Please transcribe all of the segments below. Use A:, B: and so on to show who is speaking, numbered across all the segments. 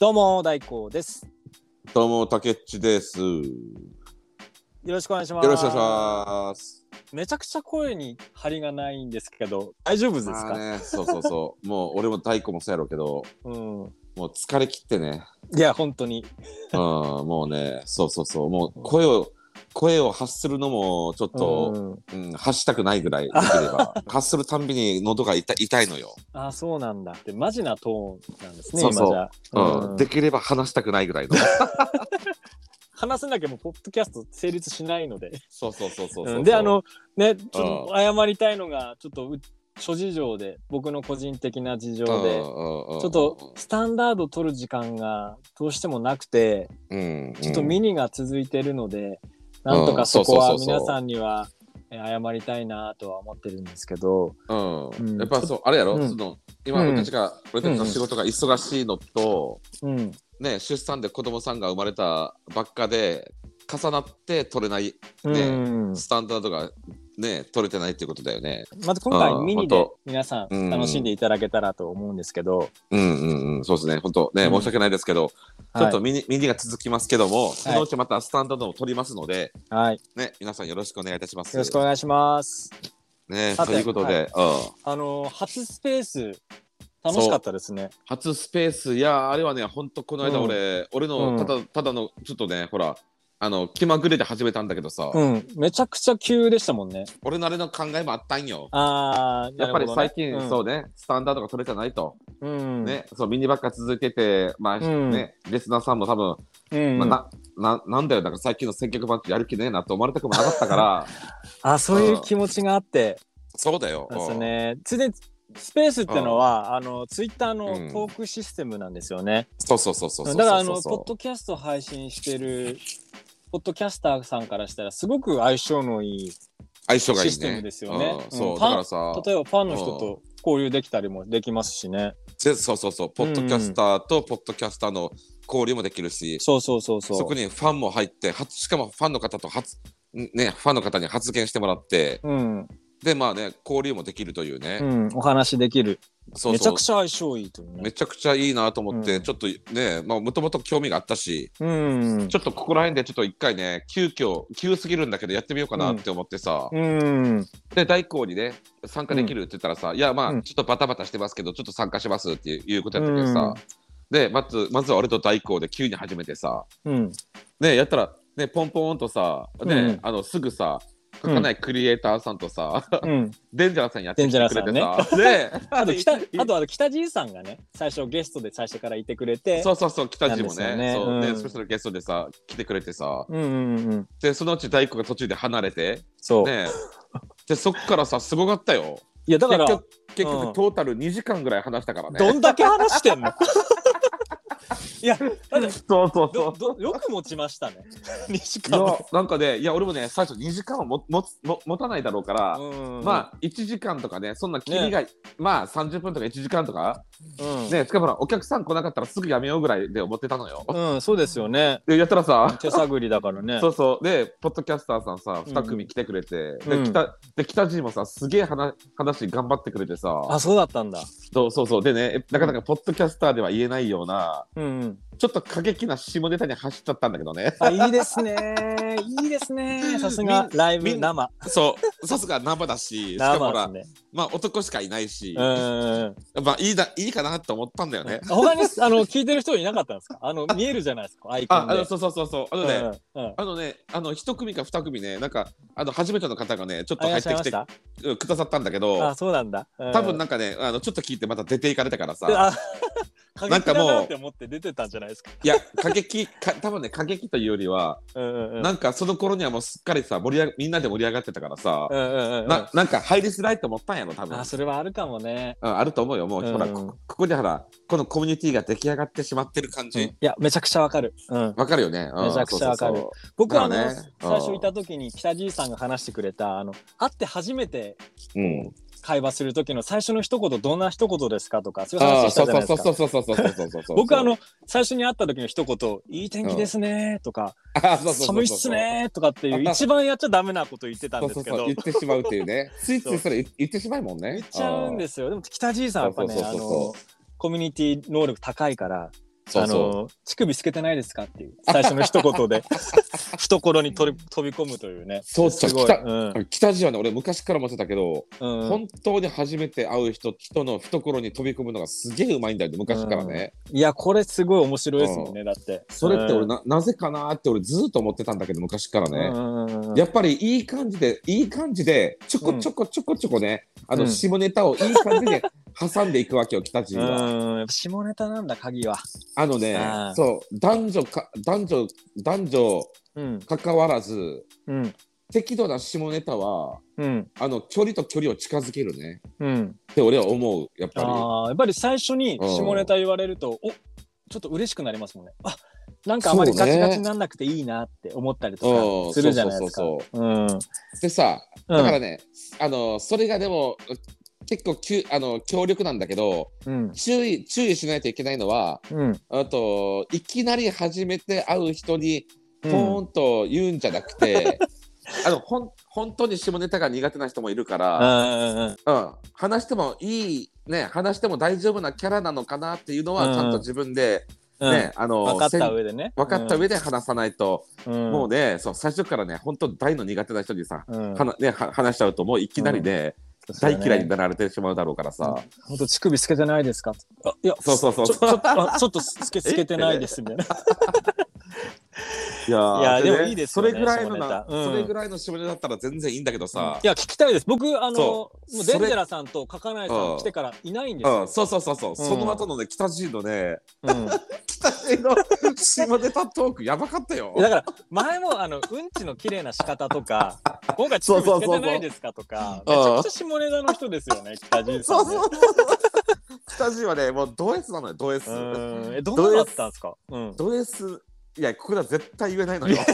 A: どうも大光です。
B: どうも、たけっちです。よ
A: よろしくお願いしま
B: ろ
A: す。
B: しくお願いします。
A: す。めちゃくちゃ声に張りがないんですけど、大丈夫です
B: ま
A: か
B: あ？ね、そうそうそう。 もう俺も太鼓もそうやろうけど、
A: うん。
B: もう疲れ切って ね。
A: いや本当に。
B: うん、もうね、そうそうそう。もう声を、声を発するのもちょっと、
A: うん、
B: うん、発したくないぐらいできれ ば。発するたんびに喉が痛い痛いのよ。
A: あそうなんだ。でマジなトーンなんですね。
B: そうそう
A: 今じ
B: う
A: ゃ、
B: ん、できれば話したくないぐらい の。
A: 話せなきゃもうポッドキャスト成立しないので。
B: そうそうそうそう
A: うんであ、のねちょっと謝りたいのがちょっとう諸事情で僕の個人的な事情
B: ち
A: で。ちょ
B: ょ
A: っと、スタンダード取る時間がどうしてもなくて、
B: うん、
A: ちょっと
B: み
A: ミニが続いてるので、なんとかそこは皆さんにはえー謝りたいなとは思ってるんですけど、
B: うん
A: ん
B: やっぱそう、あれやろ、
A: うん
B: その今
A: うん
B: 俺たちが、俺たちの仕事が忙しいのと、
A: うん、
B: ね、出産で子供さんが生まれたばっかで重なって取れない
A: うん、
B: スタンダードがね取れてないっていうことだよね。
A: まず今回ミニ
B: あ
A: で
B: 本当
A: 皆さ
B: うん
A: ん楽しんでいただけたらと思うんですけど、
B: うんうんうん、そうですね。本当ね、
A: うん
B: 申し訳ないですけど、ちょっとミニ,、ミニが続きますけども、そのうちまたスタンダードも取りますので、
A: はい、はい、よ
B: ね、皆さんよろしくお願いいたします。
A: ろしくお願いします。
B: ね、
A: さ
B: と
A: て
B: いうことで、うん
A: あのー初スペース楽しかったですね。
B: 初スペースいやあれはね本当この間俺、俺
A: うん
B: のただただのちょっとねほらあの気まぐれで始めたんだけどさ、
A: うん、めちゃくちゃ急でしたもんね。
B: 俺のあれの考えもあったんよ。
A: あー、
B: やっぱり最近、そう
A: う
B: ねスタンダードが取れてないと、
A: だ、うん、
B: ねそうミニばっか続いててまあ、
A: うん
B: ねリスナーさんも多分、
A: うん、
B: まあ、なななんだよなんか最近の選曲版ってやる気ねえなと思われたくもなかったから
A: あ、そういう気持ちがあって。
B: そうだよ。
A: そうですね。ついでにスペースってのは、あのツイッター
B: う
A: の
B: ん
A: トークシステムなんですよね。
B: そうそうそうそうそうそうそう。
A: だからあのポッドキャスト配信してるポッドキャスターさんからしたらすごく相性のいい。
B: 相性がいいね。
A: システムですよね
B: うん
A: うん
B: そう
A: パン
B: だからさ
A: 例えばファンの人と交流できたりもできますしね。
B: ぜそうそうそうポッドキャスターとポッドキャスターの交流もできるし、
A: そうそうそうそう。
B: そこにファンも入って初しかもファンの方と初ねファンの方に発言してもらって
A: うん、
B: でまあね交流もできるというね、
A: うん、お話できる
B: そう
A: めちゃ
B: そう
A: くちゃ相性いいという
B: め
A: ね。
B: ちゃくちゃいいなと思って、
A: うん
B: ちょっとねまあもともと興味があったし
A: うん
B: ちょっとここら辺でちょっと一回ね急遽急すぎるんだけどやってみようかなって思ってさ、
A: うん、
B: で大工にね参加できるって言ったらさ、いやまあ、
A: うん
B: ちょっとバタバタしてますけどちょっと参加しますっていうことやったけどさ、
A: うん
B: でまずまずは俺と大工で急に始めてさ
A: うん、
B: ねやったらねポンポンとさね、
A: うん
B: あのすぐさ書かないクリエイターさんとさ、
A: うん。
B: デンジャラさんやってきてくれてさ、ね
A: あと北、あとあと北爺さんがね、最初ゲストで最初からいてくれて。
B: そうそうそう北地も
A: な
B: ね
A: んですよ
B: そう
A: ね
B: ね
A: うん
B: スペシャルゲストでさ来てくれてさ
A: うん、うん、うん。
B: でそのうち大工が途中で離れて
A: そう。
B: ねでそっからさすごかったよ
A: いや、だから。
B: 結局結
A: うん
B: 局トータル2時間ぐらい話したからね、
A: どんだけ話してん のいや、だって
B: そうそう
A: ど
B: そう
A: どよく持ちましたね。 西
B: いや
A: 川。
B: なんかねいや俺もね最初2時間はももつも持たないだろうから、まあ1時間とかねそんな切りが、まあ30分とか1時間とか
A: あ、うん、
B: ねしかもほらお客さん来なかったらすぐやめようぐらいで思ってたのよ。
A: うん、そうですよね。
B: でやったらさ
A: 手探りだからね。
B: そうそうでポッドキャスターさんさ
A: うん
B: 2組来てくれて、
A: うん
B: で北で北地もさすげえ話話頑張ってくれてさ
A: あ、そうだったんだ。
B: そうそうそうでねなかなかポッドキャスターでは言えないような
A: うん、うん。
B: ちょっと過激な下ネタに走っちゃったんだけどね
A: あ、いいですね。いいですね。さすがライ
B: み
A: ブ
B: ん
A: 生。
B: そうさすが生だししかもほら
A: 生ですね。
B: まあ男しかいないし、
A: うんうんうん。
B: まあいいだいいかなと思ったんだよね。
A: 他にあの聞いてる人いなかったんですか。あの見えるじゃないですか。アイコ
B: あ
A: ン
B: あの
A: で。
B: そうそうそうそうあの
A: う
B: ね、
A: んうんうん
B: あのね、あの一組か二組ね、なんか、あの初めての方がね、ちょっと
A: あいらっ
B: 入っ
A: しゃい
B: て
A: ま
B: き
A: してた。
B: うんくださったんだけ
A: あ、
B: ど、
A: そうなんだ。うん
B: 多分なんかね、あのちょっと聞いてまた出ていかれたからさ、
A: あ、
B: な
A: なんん
B: か
A: か
B: もう
A: もうって思って出てたんじゃないですか。
B: いや、過激、か多分ね、過激というよりは、
A: うんうんうん。
B: なんかその頃にはもうすっかりさ、盛り上がみんなで盛り上がってたからさ、
A: うんうんうんうん。
B: ななんか入りづらいと思ったんやろ、多分
A: あ、それはあるかもね。
B: うんあると思うよ、もう、
A: うん
B: ほら、こここでほら、このコミュニティが出来上がってしまってる感
A: い
B: じ、
A: や、めちゃくちゃわかる。うん。
B: わかるよね。うん
A: めちゃくちゃわかる
B: そうそう
A: 僕はあの、
B: まあね
A: 最初いた時に北爺さんが話してくれた、あの、会って初めて
B: そううん
A: 会話する時の最初の一言、どんな一言ですかとか、そういう
B: あ
A: 話
B: あ、
A: した
B: そう
A: じゃな
B: そ
A: いうで
B: そ
A: す
B: う
A: か。
B: そうそうそうそうそうそうそうそう。
A: 僕はあの、最初に会った時の一言、いい天気ですねとか、
B: あー、そうそうそうそう
A: 寒いっすねとかっていう、一番やっちゃダメなこと言ってたんですけ
B: そうそうそ
A: ど
B: う、言ってしまうっていうねついついそれ言言ってしまうもんね
A: 言っちゃうんですすよ。でも北爺さんはやっぱね、
B: そう
A: あ
B: そうそうそう
A: の、コミュニティ能力高いから、あの乳首透けてないですかっていう最初の一言 で懐にとり飛び込むというね
B: そうそう
A: すごい
B: 北
A: うん
B: 北地はね俺昔から思ってたけど、
A: うん
B: 本当に初めて会う人人の懐に飛び込むのがすげえうまいんだよね昔からね、
A: いやこれすごい面白いですもんねだって
B: それって俺ななぜかなって俺ずっと思ってたんだけど昔から
A: うん
B: ね、
A: うんうんうん
B: やっぱりいい感じで、いい感じで、ちょこちょこちょこちょこね、あ
A: う
B: の
A: ん
B: 下ネタをいい感じで挟んでいくわけよ、北人は。
A: うんやっぱ下ネタなんだ鍵は
B: あのね
A: あー、
B: そう、男女か、男女、男女
A: うん
B: 関わらず、
A: うん
B: 適度な下ネタは、
A: うん
B: あの、距離と距離を近づけるね。
A: うん
B: って俺は思う、やっぱり。
A: あーやっぱり最初に下ネタ言われるとおちょっと嬉しくなりますもんねあなんかあまりガチガチになんなくていいなって思ったりと
B: うん
A: かするじゃないですか
B: そうそう
A: うんうん
B: でさ、だからね、あの、それがでも、結構きゅあの強力なんだけど
A: うん
B: 注意注意しないといけないのは
A: うん
B: あといきなり初めて会う人にポーンと言うんじゃなくて、 あのほん本当に下ネタが苦手な人もいるから、
A: あ
B: うん、話してもいい、ね、話しても大丈夫なキャラなのかなっていうのは、
A: うん
B: ちゃんと自分で、
A: うん
B: ねあの
A: 分かっ
B: せん
A: た上でね
B: 分かった上で話さないと、
A: うん
B: もうねそう最初からね本当大の苦手な人にさ、
A: うん
B: はなね、は話しちゃうともういきなりね、
A: そう
B: 大
A: だね
B: 嫌いになられてしまうだろうからさ、
A: ほんと乳首透けてないですかあいや
B: そうそうそう
A: ちょちょっとあちょっと透け透けてないですみたいな
B: いやー
A: いや
B: でね
A: でもいいです
B: そ
A: よね
B: れぐらいの
A: 下
B: な
A: ネ、タうん
B: それぐらいの下ネタだったら全然いいんだけどさ
A: い、や聞きたいです僕あのも
B: そう
A: う
B: そ
A: デ
B: れ
A: ンジェラさんとカカナエさん来てからいないんです
B: うん、
A: よ、
B: そうそうそうそう、その後のね北人のね
A: うん、だ
B: 北人の下ネタトークやばかったよ。
A: から前もあのうんちの綺麗な仕方とか今回乳首透けてないですかとか
B: そうそうそうそう
A: めちゃくちゃ下ネタの人ですよね北人さん
B: そう
A: ね
B: そう。北人はね、もうド S なのよ、ド S。
A: うんえどんなだったんですか、うん、
B: ド S、いや、ここでは絶対言えないのよ。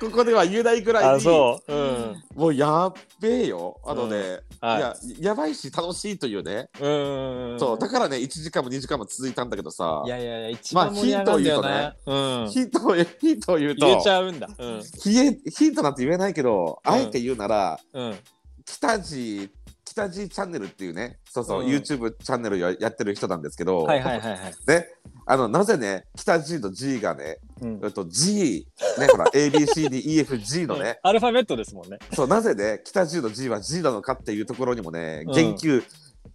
B: ここでは言えないぐらい
A: あ
B: に、
A: そううん
B: もうやっべえよ。あのね、い
A: は
B: や、やばいし楽しいというね。
A: いうんん
B: そう、だからね、1時間も2時間も続いたんだけどさ
A: い、やいやいや一番盛り上がるんだよな、うん
B: ヒントを言うヒントを言うと、
A: 入れちゃうんだ。うん。
B: ヒエヒントなんて言えないけど、
A: うん
B: あえて言うなら、
A: うん。
B: 北地北地チャンネルっていうねそうそう、
A: うん
B: YouTube チャンネルややってる人なんですけど、
A: はいはいはいはい。
B: ねあのなぜね北地の G がね、
A: うん
B: えっと G ねほら ABCDEFG の ね、
A: アルファベットですもんね。
B: そうなぜね北地の G は G なのかっていうところにもね
A: うん
B: 言及、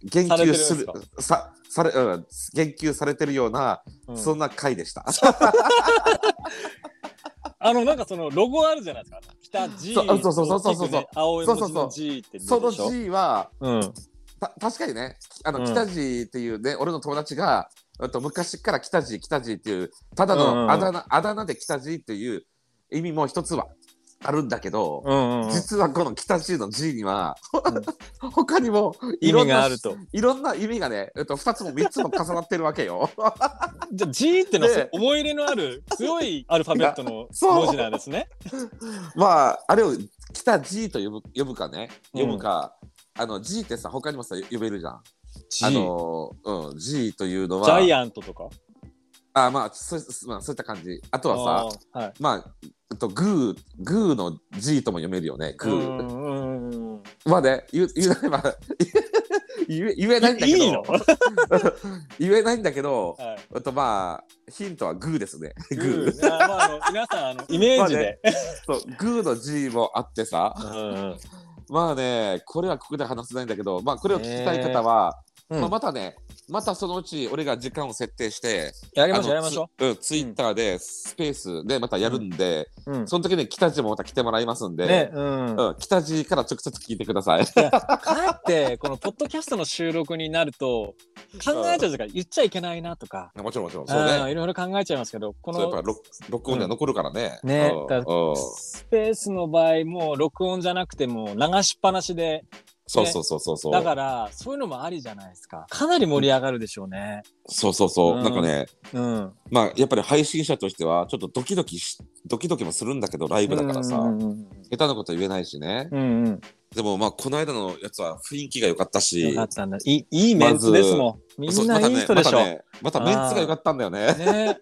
B: 言
A: されてるん
B: 及
A: ですす
B: る
A: か
B: さされ、うん、言及されてるような、
A: うん
B: そんな回でした。
A: あのなんかそのロゴあるじゃないですか。北 G
B: そうそうそうそうそうそ
A: 大
B: う
A: きくね青い文字の G って出
B: そ
A: る
B: の
A: でしょ。
B: G は
A: うん。
B: た確かにねあの、
A: うん
B: 北地っていうね俺の友達がえっと昔から北地北地っていうただ
A: うんうんう
B: の
A: ん
B: あだ名,、あだ名で北地っていう意味も一つはあるんだけど、
A: うんうんうん。
B: 実はこの北地の G には、 他にもい
A: 意
B: ろ
A: 味
B: ん
A: が
B: な
A: あると。
B: いろんな意味がね、えっと、2つも3つも重なってるわけ よ。
A: じゃあ G ってのは
B: で
A: 思い入れのある強いアルファベットの
B: そう
A: 文字なんですね。
B: まああれを北地と呼ぶ呼ぶかね
A: うん
B: 呼ぶか、あの G ってさ他にもさ呼べるじゃん。
A: G
B: あのうん、G というのは
A: ジャイアントとか。
B: あまあそまあ、そういった感じあとはさ
A: あーはい。
B: まあ、えっとグー、グーの G とも読めるよね。グ
A: う
B: ー。
A: んうんうんうん。
B: まあね、言う言えない、まあ、 言え言えないんだけど。
A: いいの？は
B: 言えないんだけど、
A: い。
B: あとまあ、ヒントはグーですね。
A: グ
B: グー。
A: ー。あーまああの皆さんあのイメージで。
B: そう、グーの G もあってさ。
A: うんうん
B: まあね、これはここで話せないんだけど、まあこれを聞きたい方は、
A: うん
B: まあ、またね、またそのうち俺が時間を設定して、
A: やりま
B: あの
A: しょうやりましょ
B: つうん、ツイッターでスペースでまたやるんで、
A: う。うん。
B: その時に北地もまた来てもらいますんで、
A: ね。うん。
B: うん、北地から直接聞いてください。
A: かえってこのポッドキャストの収録になる と考えちゃうとか言っちゃいけないなとか、
B: もちろんもちろんそう
A: うん
B: ね。
A: いろいろ考えちゃいますけどこ
B: そうやっぱ
A: の
B: 録録音では残るからね。
A: うんね
B: うん
A: だ
B: うん
A: スペースの場合もう録音じゃなくても流しっぱなしで
B: そうそうそうそうそう。
A: だからそういうのもありじゃないですかかなり盛り上がるでしょうね。
B: そうそうそう、
A: うん
B: なんかね、
A: うん、
B: まあやっぱり配信者としてはちょっとドキドキしドキドキもするんだけどライブだからさ。
A: うんうん
B: 下手なこと言えないしね。
A: うんうん、
B: でもまあこの間のやつは雰囲気が良かったし
A: よか、ったんだいいいいメンツですもん、
B: そう
A: みんないい人でしょ。
B: またねまたねまたメンツが良かったんだよね。
A: ね、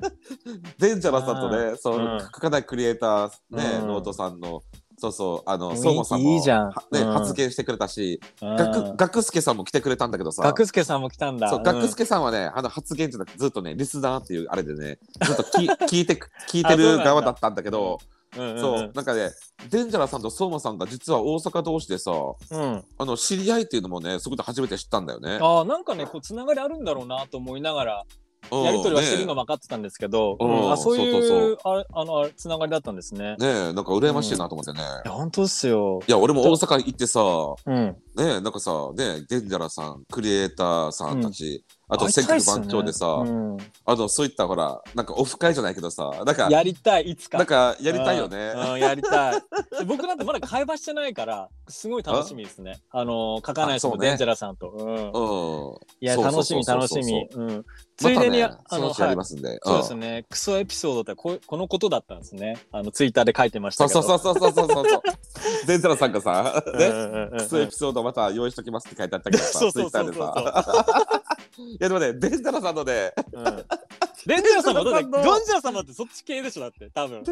B: デンジャラさんとね、そう
A: うん
B: 書かないクリエイターね、
A: うん
B: ノートさんのそうそう、あ
A: 雰
B: の、
A: 囲気
B: 相馬さんも
A: いいじゃん
B: はね
A: うん
B: 発言してくれたし、
A: うん
B: 学学助さんも来てくれたんだけどさ、
A: 学助さんも来たんだ。
B: そう、
A: ん
B: 学助さんはね、あの発言じゃなくて、ずっとね、リスナーっていうあれでね、ずっと き聞いてく、聞いて
A: あそう
B: る
A: なんだ
B: 側だったんだけど、
A: うん
B: そう、
A: うん
B: なんかね、デンジャラさんと相馬さんが実は大阪同士でさ、
A: うん。
B: あの、知り合いっていうのもね、そこで初めて知ったんだよね。
A: ああ、なんかね、こう、つながりあるんだろうなと思いながら、
B: うん
A: やりとりはしてるのは分かってたんですけど、
B: うん
A: うんあそうい
B: そうそう
A: う、ああの、あつながりだったんですね。
B: ねねえ、なんか羨ましいなと思ってね。
A: いや、本当っすよ。
B: いや、俺も大阪行ってさ、
A: うん。
B: ねえ、なんかさ、ねえ、デンジャラさん、クリエイターさんたち、あと、
A: 会い
B: 千
A: たいっ
B: 曲
A: すよね
B: 番長でさ、
A: うん
B: あの、そういったほら、なんかオフ会じゃないけどさ、なんか、
A: やりたい、いつか。
B: なんかやりたいよね。
A: うんうんやりたい。で僕なんてまだ会話してないから、すごい楽しみですね。あの、書かない人
B: あそ
A: も
B: うね
A: デンジャラさんと。うん
B: うん。
A: いや、
B: そうそう
A: 楽し
B: そう
A: み、
B: そう
A: 楽
B: そう
A: しみ。うんつ
B: ま
A: い
B: た
A: でに、
B: ね
A: あ、
B: そ
A: の、
B: のうちや
A: は
B: り
A: い
B: ますんで。
A: そうですね。クソエピソードってこうこのことだったんですね。あの、ツイッターで書いてまし
B: そ
A: た
B: う
A: け
B: そ
A: ど。
B: うそうそうそうそう そう。デンジャラさんがさ、
A: うん
B: ね、
A: うんうんうん
B: クソエピソードまた用意しときますって書いてあったけど
A: そ
B: さ、
A: うそ
B: ツイ
A: う
B: ッ
A: そ
B: タ
A: うそ
B: ー
A: う
B: でさ。いやでもね、デンジャラさんのね、
A: うんデンジャラ様だって、デ
B: デンジャラさん
A: ン
B: の
A: ジャラ様ってそっち系でしょ、だって、多分。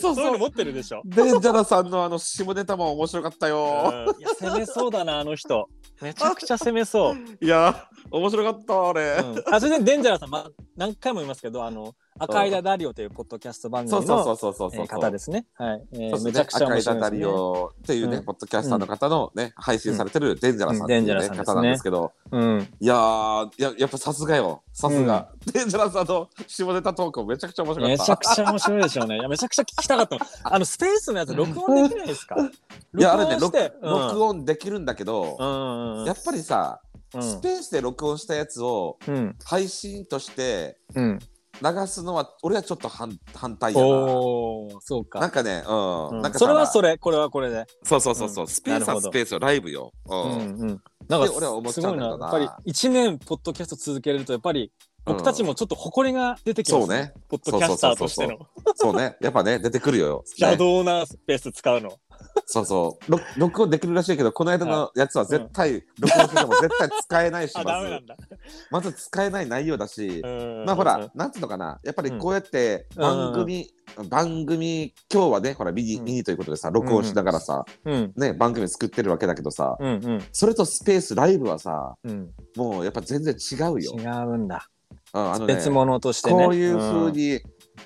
B: そ
A: そういう
B: うそ
A: の
B: う。
A: 持ってるでしょ。
B: デンジャラさんのあの下ネタも面白かったよ。
A: うんいや攻めそうだなあの人めちゃくちゃ攻め そう、うん
B: いや、面白かった、あれ。
A: あそれでデンジャラさん、まあ、何回も言いますけどあの赤いダダリオというポッドキャスト番
B: そう
A: 組
B: そう
A: の
B: そうそうそう
A: え
B: そう。
A: ー方ですねはい、えー
B: そ
A: め
B: うです
A: ち
B: ね
A: ゃくちゃ面白いで
B: 赤いダ
A: す
B: ダ
A: ね
B: リオっていうね、
A: うん
B: ポッドキャスターの方のね、配信されてるデンジャラさんっていう、ね
A: うんデンジャラさんですね
B: 方なんですけど、
A: うん
B: いやー、ややっぱさすがよ、さすが。デンジャラさんの下ネタトークめちゃくちゃ面白か
A: め
B: った。
A: ちゃくちゃ面白いでしょうねいやめちゃくちゃ聞きたかったのあのスペースのやつ録音できないですか
B: いや、あれね、
A: 録音し
B: 録
A: てうん
B: 録音できるんだけど、
A: うんうんうん
B: やっぱりさ、スペースで録音したやつを
A: うん
B: 配信として
A: うん
B: 流すのは、俺はちょっと反反対やな。
A: おおそうか
B: なんかね、うん。
A: うん
B: なんか
A: それはそ
B: れ。
A: れこれはこれで
B: そうそうそうそう、スペース
A: なる
B: は
A: ほど
B: スペースよ、ライブよ。う
A: うん
B: ん。
A: うんなん
B: で俺は思
A: か
B: っち
A: す
B: ゃう
A: ご
B: ん
A: い
B: だ
A: な
B: け
A: や
B: どな
A: っぱり1年ポッドキャスト続けるとやっぱり僕たちもちょっと誇りが出てきますね、ポッドキャスターとしての
B: そうね、やっぱね、出てくるよ。
A: 邪道なスペース使うの。
B: そうそう。録録音できるらしいけど、この間のやつは絶対、録音してても絶対使えないし、
A: あ、ダ
B: ま
A: メな
B: ず
A: ん。だ。
B: まず使えない内容だし、
A: うん
B: まあほら、、なんていうのかな、やっぱりこうやって番組、番組、今日はね、ほら、ミニ、
A: うん
B: ミニということでさ、録音しながらさ、
A: うん、
B: ね、番組作ってるわけだけどさ、
A: うん、うん、
B: それとスペース、ライブはさ、
A: うん。
B: もうやっぱ全然違うよ。
A: 違うんだ。
B: うんあのね
A: 別物としてね。
B: こういう風に、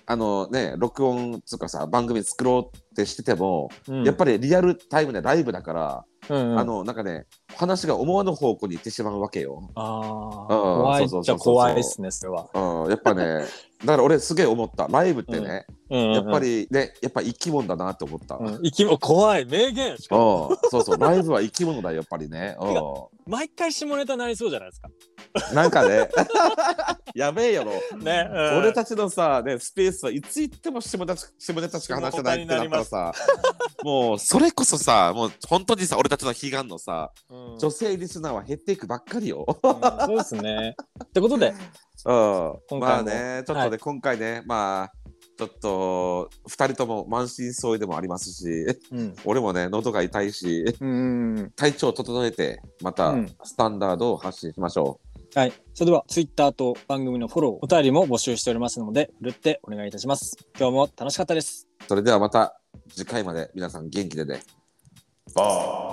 B: あのね、録音つうかさ、番組作ろうってしてても、
A: うん、
B: やっぱりリアルタイムでライブだから、
A: り、うんうん、
B: あのなんかね話が思わぬ方向に行ってしまうわけよ。
A: あー、
B: うん
A: 怖い
B: そうそう
A: じ
B: そ
A: ゃ
B: うそう
A: 怖いですね、それは。
B: うん、やっぱねだから俺すげえ思ったライブってね、
A: うんうん
B: やっぱ、りねやっぱ生き物だなって思った。
A: う
B: うん
A: ん、生き物怖い、名言しかも。
B: そうそうライブは生き物だよやっぱりね。う
A: 毎回下ネタになりそうじゃないですか。
B: ん、なんかね やべえやろ。
A: ね、うん
B: 俺たちのさ、ね、スペースはいつ行っても下ネタ下ネタしか話してないってなったらさもうそれこそさもう本当にさ俺たちの悲願のさ
A: うん
B: 女性リスナーは減っていくばっかりよ。
A: うんそうですね。ってことで、
B: うん、
A: 今回も
B: まあねちょっとね、
A: は
B: 今回ねまあちょっと2人とも満身創痍でもありますし
A: うん、
B: 俺もね喉が痛いし
A: うん、
B: 体調を整えてまた
A: うん
B: スタンダードを発信しましょ
A: はい。それでは、ツイッターと番組のフォロー、お便りも募集しておりますので、ふるってお願いいたします。今日も楽しかったです。
B: う、それではまた次回まで皆さん元気でねバー